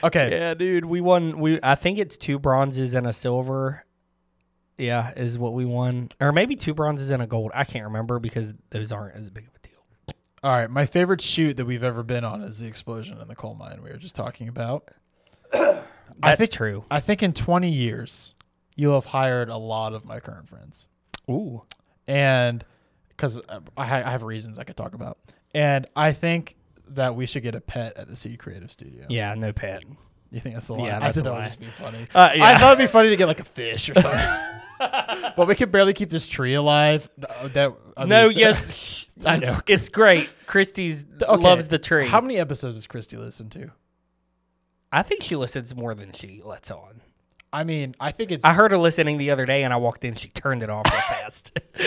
S2: Okay.
S1: Yeah, dude, we won. We I think it's two bronzes and a silver. Yeah, is what we won, or maybe two bronzes and a gold. I can't remember because those aren't as big of a deal.
S2: All right. My favorite shoot that we've ever been on is the explosion in the coal mine we were just talking about. I
S1: That's
S2: think.
S1: true.
S2: I think in 20 years, you'll have hired a lot of my current friends,
S1: Ooh,
S2: and because I, ha- I have reasons I could talk about, and I think that we should get a pet at the Seed Creative Studio.
S1: yeah, no pet.
S2: You think that's the lie?
S1: Yeah,
S2: I
S1: that's
S2: think
S1: a
S2: that would
S1: lie.
S2: just be funny.
S1: Uh, yeah.
S2: I thought it'd be funny to get like a fish or something. but we could barely keep this tree alive. No, That I
S1: no,
S2: mean-
S1: yes,
S2: I know.
S1: it's great. Christie's
S2: Okay.
S1: loves the tree.
S2: How many episodes does Christy listen to?
S1: I think she listens more than she lets on.
S2: I mean, I think it's.
S1: I heard her listening the other day, and I walked in. She turned it off real fast.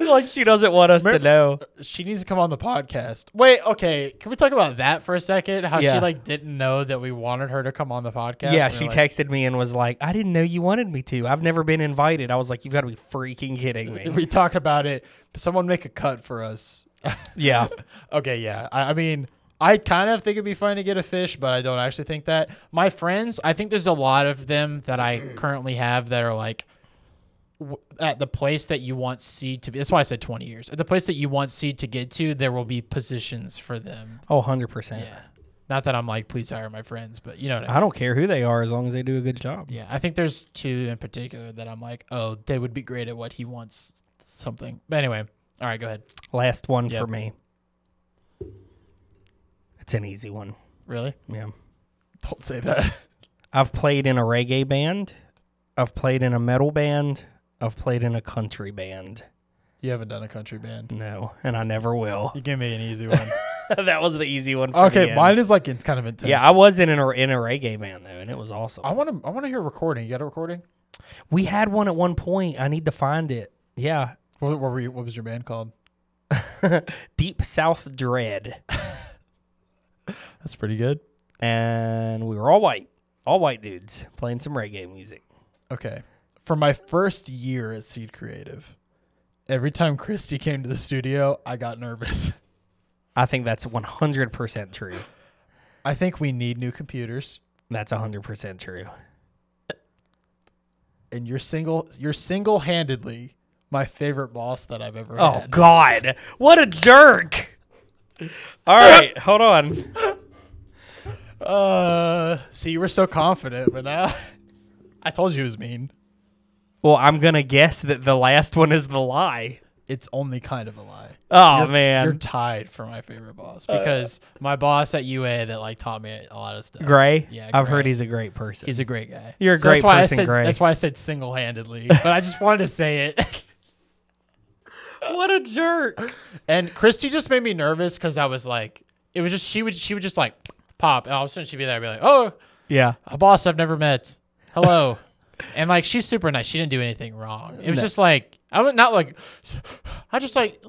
S1: like she doesn't want us to
S2: Remember-
S1: know.
S2: she needs to come on the podcast. Wait, okay. Can we talk about that for a second? How
S1: Yeah.
S2: she like didn't know that we wanted her to come on the
S1: Yeah,
S2: podcast. We were
S1: she
S2: like,
S1: texted me and was like, "I didn't know you wanted me to. I've never been invited." I was like, "You've got to be freaking kidding me!"
S2: We talk about it. Someone make a cut for us.
S1: yeah,
S2: Okay, yeah. I, I mean, I kind of think it'd be fun to get a fish, but I don't actually think that. My friends, I think there's a lot of them that I currently have that are like w- at the place that you want seed to be. That's why I said 20 years. At the place that you want seed to get to, there will be positions for them.
S1: oh, 100 percent.
S2: Yeah. Not that I'm like, please hire my friends, but you know what I mean.
S1: I don't care who they are as long as they do a good job.
S2: Yeah, I think there's two in particular that I'm like, oh, they would be great at what he wants something. But anyway, all right, go ahead.
S1: Last one
S2: Yep.
S1: for me. It's an easy one.
S2: Really?
S1: Yeah,
S2: Don't say that.
S1: I've played in a reggae band. I've played in a metal band. I've played in a country band.
S2: You haven't done a country band.
S1: No, and I never will.
S2: You give me an easy one.
S1: that was the easy one. For
S2: okay,
S1: the
S2: mine
S1: end.
S2: is Oh. like in, kind of intense.
S1: Yeah, I was in a in a reggae band though, and it was awesome.
S2: I want to. I want to hear a recording. You got a recording?
S1: We had one at one point. I need to find it. Yeah,
S2: What, what were you, What was your band called?
S1: Deep South Dread.
S2: That's pretty good.
S1: And we were all white, all white dudes playing some reggae music.
S2: Okay, for my first year at Seed Creative, every time Christy came to the studio, I got nervous.
S1: I think that's 100% true.
S2: I think we need new computers.
S1: That's 100% true.
S2: And you're single. You're single handedly my favorite boss that I've ever
S1: Oh,
S2: had.
S1: God. What a jerk. All right, hold on.
S2: Uh, see, you were so confident, but now I told you it was mean.
S1: Well, I'm going to guess that the last one is the lie.
S2: It's only kind of a lie.
S1: Oh,
S2: you're,
S1: man.
S2: you're tied for my favorite boss because my boss at UA that like taught me a lot of stuff.
S1: Gray?
S2: Yeah,
S1: I've
S2: Gray.
S1: heard he's a great person.
S2: He's a great guy.
S1: You're a
S2: So that's
S1: great
S2: why I
S1: person,
S2: said-
S1: Gray.
S2: That's why I said single-handedly, but I just wanted to say it.
S1: what a jerk.
S2: and Christy just made me nervous because I was like, it was just she would she would just like pop, and all of a sudden she'd be there, I'd be like, oh,
S1: Yeah.
S2: a boss I've never met. Hello. and like she's super nice. She didn't do anything wrong. It was just like I was not like I just like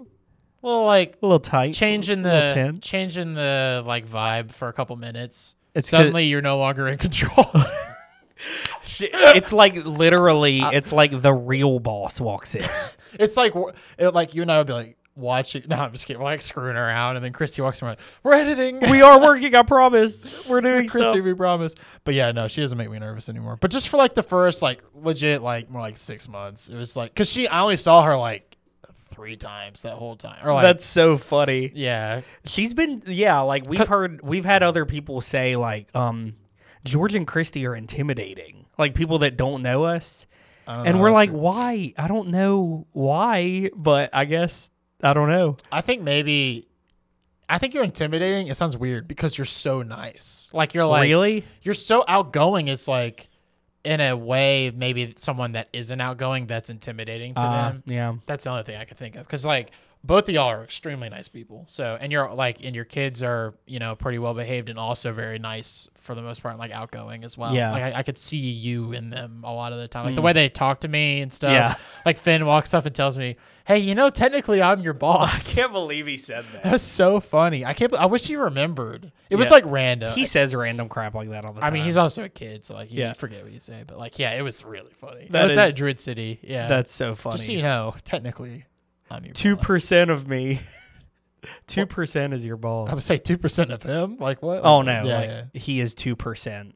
S2: well like
S1: A little tight.
S2: changing
S1: little
S2: the
S1: tense.
S2: changing the like vibe for a couple minutes.
S1: It's 'cause-
S2: Suddenly you're no longer in control.
S1: it's like literally, it's like the real boss walks in.
S2: it's like wh- it, like you and I would be like watching. No, I'm just kidding. We're like screwing around, and then Christy walks in. We're like, we're editing.
S1: we are working. I promise. We're doing
S2: Christy,
S1: stuff.
S2: we promise. But yeah, no, she doesn't make me nervous anymore. But just for like the first, like legit, like more like six months, it was like because she, I only saw her like three times that whole time. Or like,
S1: That's so funny.
S2: yeah,
S1: She's been yeah, like we've heard we've had other people say like um George and Christy are intimidating. Like people that don't know us.
S2: I don't
S1: And
S2: know,
S1: we're
S2: Oh, that's
S1: like,
S2: weird.
S1: why? I don't know why, but I guess I don't know.
S2: I think maybe, I think you're intimidating. It sounds weird because you're so nice. Like you're like
S1: really?
S2: you're so outgoing. It's like in a way, maybe someone that isn't outgoing that's intimidating to
S1: Uh,
S2: them.
S1: yeah.
S2: That's the only thing I could think of. Because like both of y'all are extremely nice people. So and you're like and your kids are you know pretty well behaved and also very nice for the most part, like outgoing as well.
S1: Yeah. Mm.
S2: Like I, I could see you in them a lot of the time, like the way they talk to me and stuff.
S1: Yeah.
S2: Like Finn walks up and tells me, "Hey, you know, technically I'm your boss."
S1: Can't believe he said that.
S2: That's so funny. I can't. be- I wish he remembered. It was
S1: Yeah.
S2: like random.
S1: He says random crap like that all the
S2: I
S1: time.
S2: mean, he's also a kid, so like, you
S1: Yeah.
S2: forget what you say. But like, yeah, it was really funny.
S1: That
S2: That was
S1: is-
S2: at Druid City. Yeah,
S1: that's so funny.
S2: just so you know, technically, I'm your
S1: two
S2: boss.
S1: percent of me. Two percent is your boss.
S2: I would say two percent of him. Like what?
S1: oh no,
S2: Yeah,
S1: like
S2: yeah.
S1: he is two percent.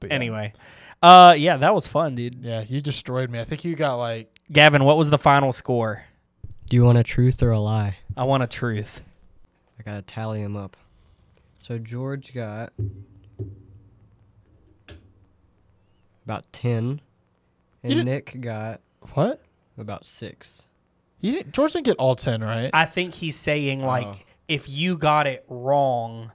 S2: But yeah.
S1: Anyway, uh, yeah, that was fun, dude.
S2: Yeah, you destroyed me. I think you got like
S1: Gavin, what was the final score?
S3: Do you want a truth or a lie?
S1: I want a truth.
S3: I gotta tally them up. So George got about ten, and
S2: You did-
S3: Nick got
S2: what?
S3: about six.
S2: You didn't, George didn't get all ten, right?
S1: I think he's saying like
S3: Oh.
S1: if you got it wrong,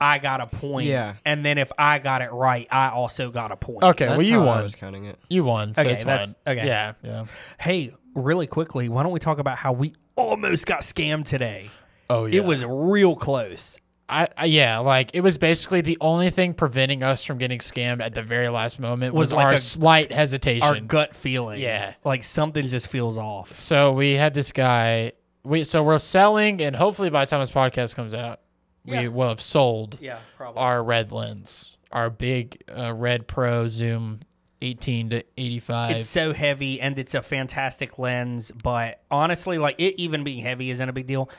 S1: I got a point.
S3: Yeah.
S1: And then if I got it right, I also got a point.
S2: okay, well
S3: That's
S2: you
S3: how I
S2: won.
S3: was counting it.
S2: You won. So
S1: Okay,
S2: it's
S1: that's-
S2: fine.
S1: okay.
S2: Yeah, yeah.
S1: Hey, really quickly, why don't we talk about how we almost got scammed today?
S2: Oh yeah.
S1: It was real close.
S2: I, I yeah, like it was basically the only thing preventing us from getting scammed at the very last moment
S1: Was
S2: was,
S1: like
S2: our
S1: a-
S2: slight
S1: Our
S2: hesitation.
S1: gut feeling.
S2: Yeah.
S1: Like something just feels off.
S2: so we had this guy. We so we're selling, and hopefully by the time this podcast comes out,
S1: Yeah.
S2: we will have sold
S1: Yeah, probably.
S2: our red lens, our big uh, red Pro Zoom 18 to 85.
S1: It's so heavy and it's a fantastic lens, but honestly, like it even being heavy isn't a big deal.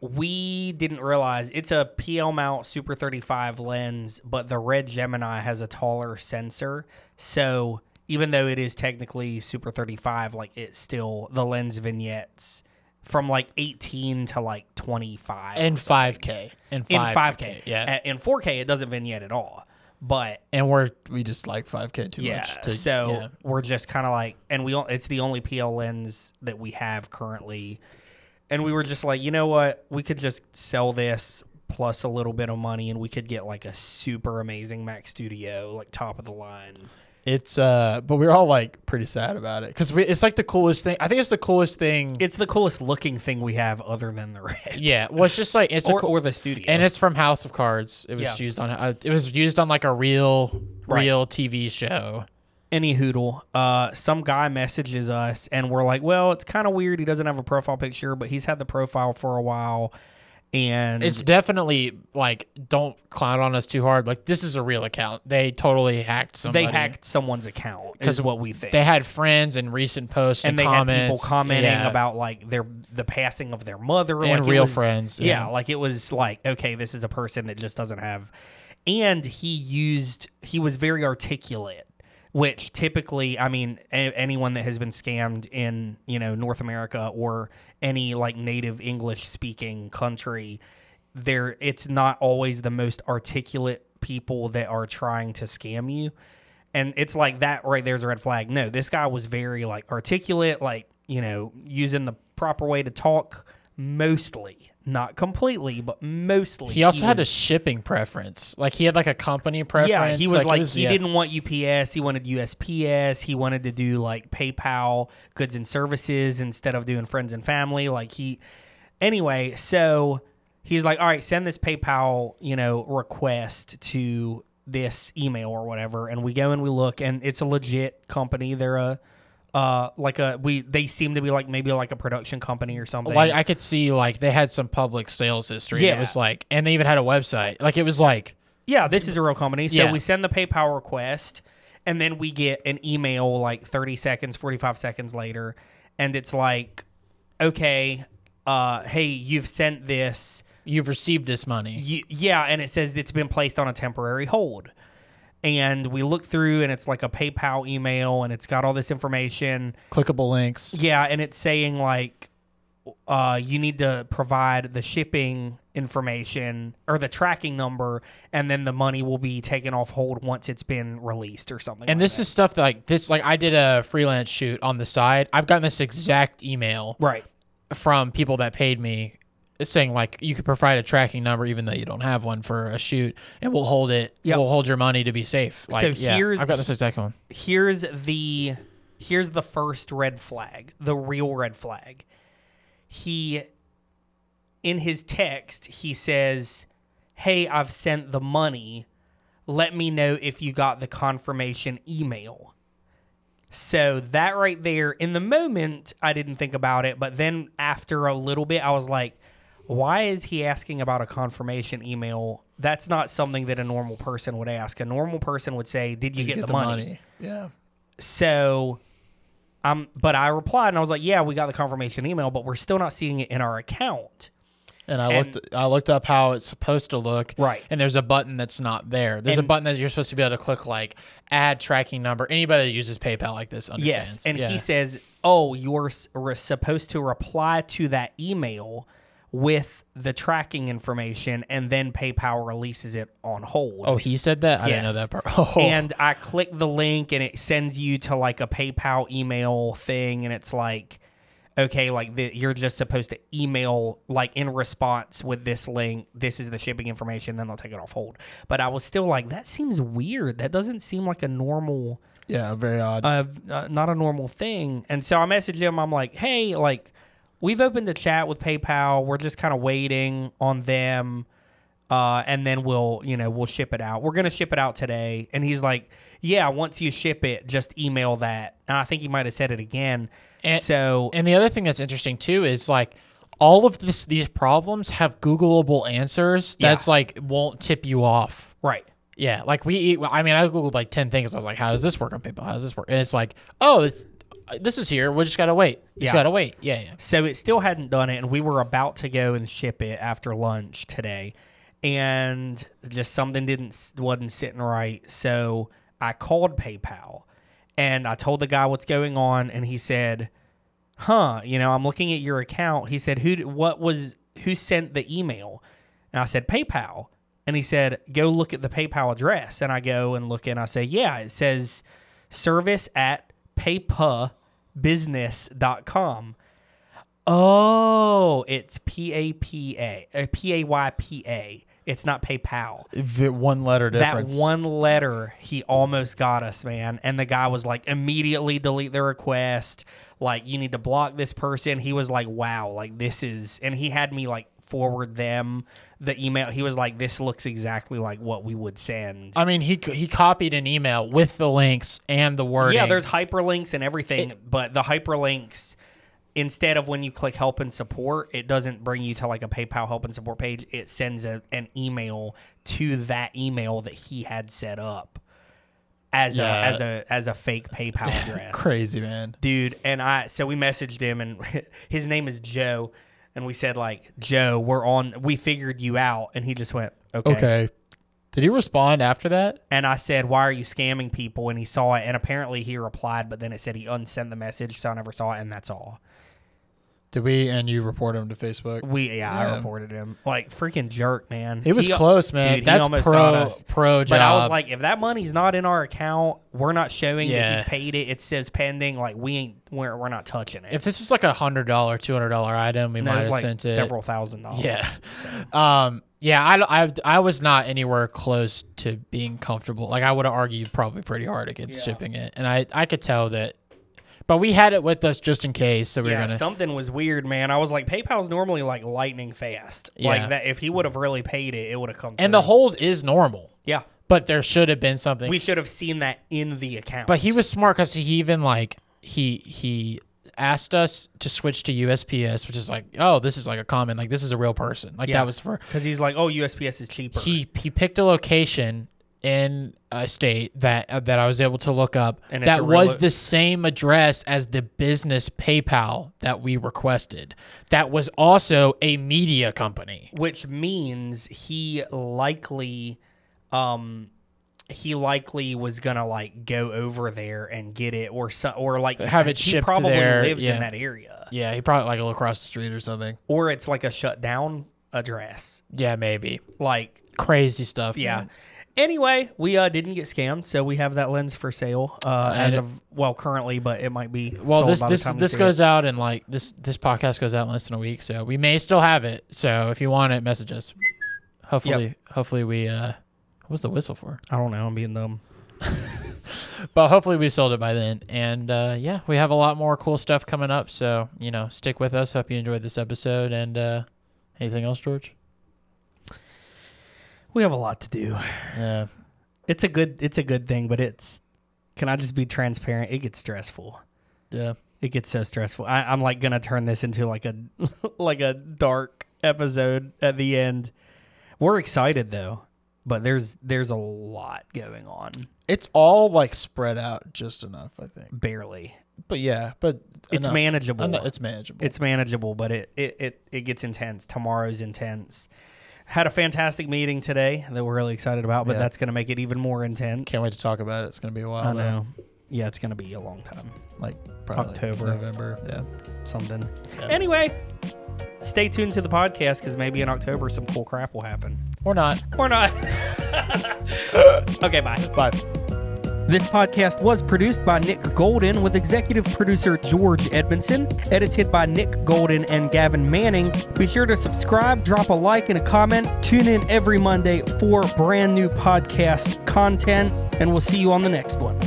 S1: We didn't realize it's a PL mount Super 35 lens, but the Red Gemini has a taller sensor. So even though it is technically Super 35, like it's still the lens vignettes from like 18 to like 25
S2: and 5K. And 5K.
S1: in 5K.
S2: Yeah.
S1: A- In 4K, it doesn't vignette at all. But
S2: and we're we just like 5K too much. To,
S1: so
S2: yeah.
S1: we're just kind of like, and we all- it's the only PL lens that we have currently, and we were just like, you know what, we could just sell this plus a little bit of money, and we could get like a super amazing Mac Studio, like top of the line.
S2: it's uh, but we're all like pretty sad about it because we it's like the coolest thing. I think it's the coolest thing.
S1: It's the coolest looking thing we have, other than the red
S2: yeah, well, it's just like it's a
S1: or,
S2: cool,
S1: or the studio.
S2: and it's from House of Cards. It was
S1: Yeah.
S2: used on uh, it was used on like a real
S1: Right. Mm-hmm.
S2: real TV show.
S1: any hoodle, uh, some guy messages us and we're like, well, it's kind of weird. He doesn't have a profile picture, but he's had the profile for a while. And
S2: It's definitely like don't clown on us too hard. Like this is a real account. They totally hacked somebody.
S1: they hacked someone's account is
S2: 'Cause
S1: what we think
S2: They had friends and recent posts and,
S1: and they had people
S2: comments.
S1: commenting
S2: Yeah.
S1: about like their the passing of their mother
S2: And
S1: like it
S2: real
S1: was-
S2: friends,
S1: yeah.
S2: yeah.
S1: like it was like okay this is a person that just doesn't have and he used he was very articulate which typically i mean a- anyone that has been scammed in you know north america or any like native english speaking country there it's not always the most articulate people that are trying to scam you and it's like that right there's a red flag no this guy was very like articulate like you know using the proper way to talk mostly not completely but mostly
S2: He also had a
S1: was-
S2: shipping preference. Like he had like a company preference.
S1: yeah he was like,
S2: it
S1: he
S2: yeah.
S1: didn't want ups he wanted usps he wanted to do like paypal goods and services instead of doing friends and family like he anyway so he's like all right send this paypal you know request to this email or whatever and we go and we look and it's a legit company they're a uh like a we they seem to be like maybe like a production company or something
S2: Like I could see like they had some public sales history. Yeah.
S1: Yeah.
S2: It was like, and they even had a website. Like it was like
S1: Yeah, this is a real company. So
S2: Yeah.
S1: we send the PayPal request, and then we get an email like 30 seconds, 45 seconds later, and it's like, okay, uh, "Hey, you've sent this."
S2: You've received this money.
S1: Y- yeah, and it says it's been placed on a temporary hold. And we look through, and it's like a PayPal email, and it's got all this information.
S2: Clickable links.
S1: Yeah, and it's saying like, uh, you need to provide the shipping information or the tracking number, and then the money will be taken off hold once it's been released or something.
S2: And this is stuff that, like this. Like I did a freelance shoot on the side. I've gotten this exact email
S1: right.
S2: from people that paid me saying like you could provide a tracking number even though you don't have one for a shoot and we'll hold it
S1: Yep.
S2: we'll hold your money to be safe like
S1: So
S2: yeah,
S1: here's-
S2: i've got this exact one
S1: here's the here's the first red flag, the real red flag. He in his text, he says, "Hey, I've sent the money. Let me know if you got the confirmation email." So that right there in the moment, I didn't think about it, but then after a little bit, I was like, why is he asking about a confirmation email? That's not something that a normal person would ask. A normal person would say, "Did you, get, the, money?
S2: yeah
S1: so um but i replied and i was like yeah we got the confirmation email but we're still not seeing it in our account
S2: and i
S1: And-
S2: looked i looked up how it's supposed to look
S1: Right.
S2: and there's a button that's not there there's a
S1: And-
S2: button that you're supposed to be able to click like add tracking number anybody that uses paypal like this understands
S1: yes and
S2: Yeah.
S1: he says oh you're s- re- supposed to reply to that email with the tracking information and then paypal releases it on hold
S2: oh he said that i didn't know
S1: Yes.
S2: that part oh
S1: and i click the link and it sends you to like a paypal email thing and it's like okay like the, you're just supposed to email like in response with this link this is the shipping information then they'll take it off hold but i was still like that seems weird that doesn't seem like a normal
S2: yeah very odd
S1: uh, uh, not a normal thing. And so I messaged him. I'm like, hey, like, we've opened a chat with PayPal. We're just kind of waiting on them. Uh, and then we'll, you know, we'll ship it out. We're going to ship it out today. And he's like, yeah, once you ship it, just email that. And I think he might have said it again.
S2: And-
S1: so,
S2: And the other thing that's interesting too is like all of this these problems have Googleable answers that's like won't tip you off.
S1: right.
S2: Yeah, like we eat. I mean, I googled like ten things. I was like, "How does this work on PayPal? How does this work?" And it's like, "Oh, it's, this is here. We just gotta wait. We
S1: Yeah.
S2: Just gotta wait." Yeah, yeah.
S1: So it still hadn't done it, and we were about to go and ship it after lunch today, and just something didn't wasn't sitting right. So I called PayPal, and I told the guy what's going on, and he said, "Huh, you know, I'm looking at your account." He said, "Who? d- What was? Who sent the email?" And I said, "PayPal." And he said, "Go look at the PayPal address." And I go and look, and I say, "Yeah, it says service at paypabusiness.com." Oh, it's P A P A uh, P A Y P A. It's not PayPal.
S2: one letter
S1: That one letter, he almost got us, man. And the guy was like, immediately delete the request. Like, you need to block this person. He was like, wow, like this is, and he had me like forward them the email. He was like, this looks exactly like what we would send.
S2: I mean, he c- he copied an email with the links and the wording.
S1: Yeah, there's hyperlinks and everything, but the hyperlinks instead of when you click help and support, it doesn't bring you to like a PayPal help and support page. It sends a, an email to that email that he had set up as
S2: Yeah.
S1: a as a as a fake PayPal address.
S2: crazy man.
S1: Dude, and I so we messaged him and his name is Joe and we said like, "Joe, we're on we figured you out." And he just went, "Okay."
S2: Did he respond after that?
S1: And I said, "Why are you scamming people?" And he saw it, and apparently he replied, but then it said he unsent the message, so I never saw it, and that's all.
S2: Did we and you report him to Facebook?
S1: We yeah, I
S2: Yeah.
S1: reported him like freaking jerk, man.
S2: It was
S1: He-
S2: close, man.
S1: Dude, he
S2: That's
S1: almost
S2: pro
S1: got us.
S2: pro job.
S1: But I was like, if that money's not in our account, we're not showing that
S2: Yeah.
S1: he's paid it. It says pending. Like we ain't we're, we're not touching it.
S2: if this was like a hundred dollar, two hundred dollar item, we
S1: And it
S2: might
S1: was
S2: have
S1: like
S2: sent it.
S1: several thousand dollars.
S2: Yeah. Um. Yeah. I, I. I was not anywhere close to being comfortable. Like I would have argued probably pretty hard against shipping it, and I. I could tell that. But we had it with us just in case, so we
S1: yeah,
S2: were gonna.
S1: something was weird, man. I was like, PayPal's normally like lightning fast.
S2: Yeah.
S1: Like that, if he would have really paid it, it would have come. through.
S2: and the hold is normal,
S1: yeah,
S2: but there should have been something.
S1: we should have seen that in the account.
S2: but he was smart because he even like he he asked us to switch to USPS, which is like, oh, this is like a common, like this is a real person, like
S1: Yeah.
S2: that was for
S1: because he's like, oh, USPS is cheaper.
S2: he he picked a location in a state that uh, that I was able to look up
S1: And it's
S2: that
S1: a
S2: was
S1: rela-
S2: the same address as the business PayPal that we requested. That was also a media company.
S1: which means he likely um he likely was gonna like go over there and get it or so, or like
S2: Have it
S1: he
S2: shipped
S1: probably
S2: there,
S1: lives
S2: yeah.
S1: in that area
S2: Yeah, he probably like across the street or something.
S1: or it's like a shutdown address
S2: Yeah, maybe.
S1: like
S2: Crazy stuff.
S1: yeah
S2: man.
S1: anyway we uh didn't get scammed so we have that lens for sale uh
S2: And
S1: as
S2: it-
S1: of well currently but it might be
S2: Well,
S1: sold
S2: this
S1: by the
S2: this
S1: time you
S2: this
S1: see
S2: goes
S1: it.
S2: out in like this this podcast goes out in less than a week, so we may still have it. So if you want it, message us. Hopefully, hopefully we uh, what was the whistle for?
S1: i don't know i'm being dumb
S2: But hopefully we sold it by then. And uh, yeah, we have a lot more cool stuff coming up. So you know, stick with us. Hope you enjoyed this episode. And uh, anything else, George?
S1: we have a lot to do
S2: Yeah,
S1: it's a good it's a good thing but it's can i just be transparent it gets stressful
S2: yeah.
S1: It gets so stressful. I, I'm like gonna turn this into like a like a dark episode at the end. We're excited though, but there's there's a lot going on.
S2: It's all like spread out just enough, I think.
S1: Barely,
S2: But yeah, but
S1: it's manageable. it's,
S2: manageable.
S1: it's manageable, but it, it it it gets intense. Tomorrow's intense. Had a fantastic meeting today that we're really excited about, but
S2: Yeah.
S1: that's gonna make it even more intense.
S2: Can't wait to talk about it. It's gonna be a while.
S1: I
S2: though.
S1: know. Yeah, it's gonna be a long time.
S2: Like probably like,
S1: October.
S2: November. Yeah.
S1: Something.
S2: Yeah.
S1: Anyway, stay tuned to the podcast because maybe in October some cool crap will happen.
S2: Or not.
S1: Or not. okay, bye.
S2: Bye.
S1: This podcast was produced by Nick Golden with executive producer George Edmondson, edited by Nick Golden and Gavin Manning. Be sure to subscribe, drop a like, and a comment. Tune in every Monday for brand new podcast content, and we'll see you on the next one.